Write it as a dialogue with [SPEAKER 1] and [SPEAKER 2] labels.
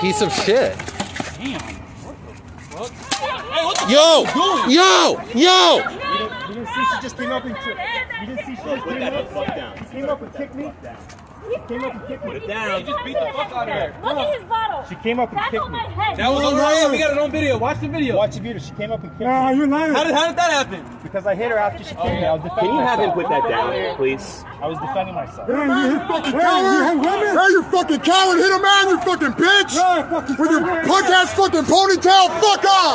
[SPEAKER 1] piece of shit.
[SPEAKER 2] Damn. What the fuck? Hey, what the
[SPEAKER 1] Yo,
[SPEAKER 2] doing?
[SPEAKER 1] yo, yo.
[SPEAKER 3] You didn't, you didn't see she just came up and kicked. You didn't see she just came up. Came up and kicked me. Came up and kicked me.
[SPEAKER 2] down. You just beat the fuck out of her.
[SPEAKER 4] Look at his bottle.
[SPEAKER 3] She came up and
[SPEAKER 4] That's
[SPEAKER 3] kicked
[SPEAKER 4] on
[SPEAKER 3] me.
[SPEAKER 4] my head.
[SPEAKER 2] That was on Ryan. We got it on video. Watch the video.
[SPEAKER 3] Watch the video. She came up and kicked me. No, you're lying.
[SPEAKER 2] How did how did that happen?
[SPEAKER 3] Because I hit her after she came. I was defending
[SPEAKER 5] Can you have him
[SPEAKER 3] myself.
[SPEAKER 5] put that down, please?
[SPEAKER 3] I was defending myself.
[SPEAKER 6] Hey, you fucking coward! Hey, you fucking coward! Hit a man, you fucking bitch! With your punk ass fucking ponytail, fuck off!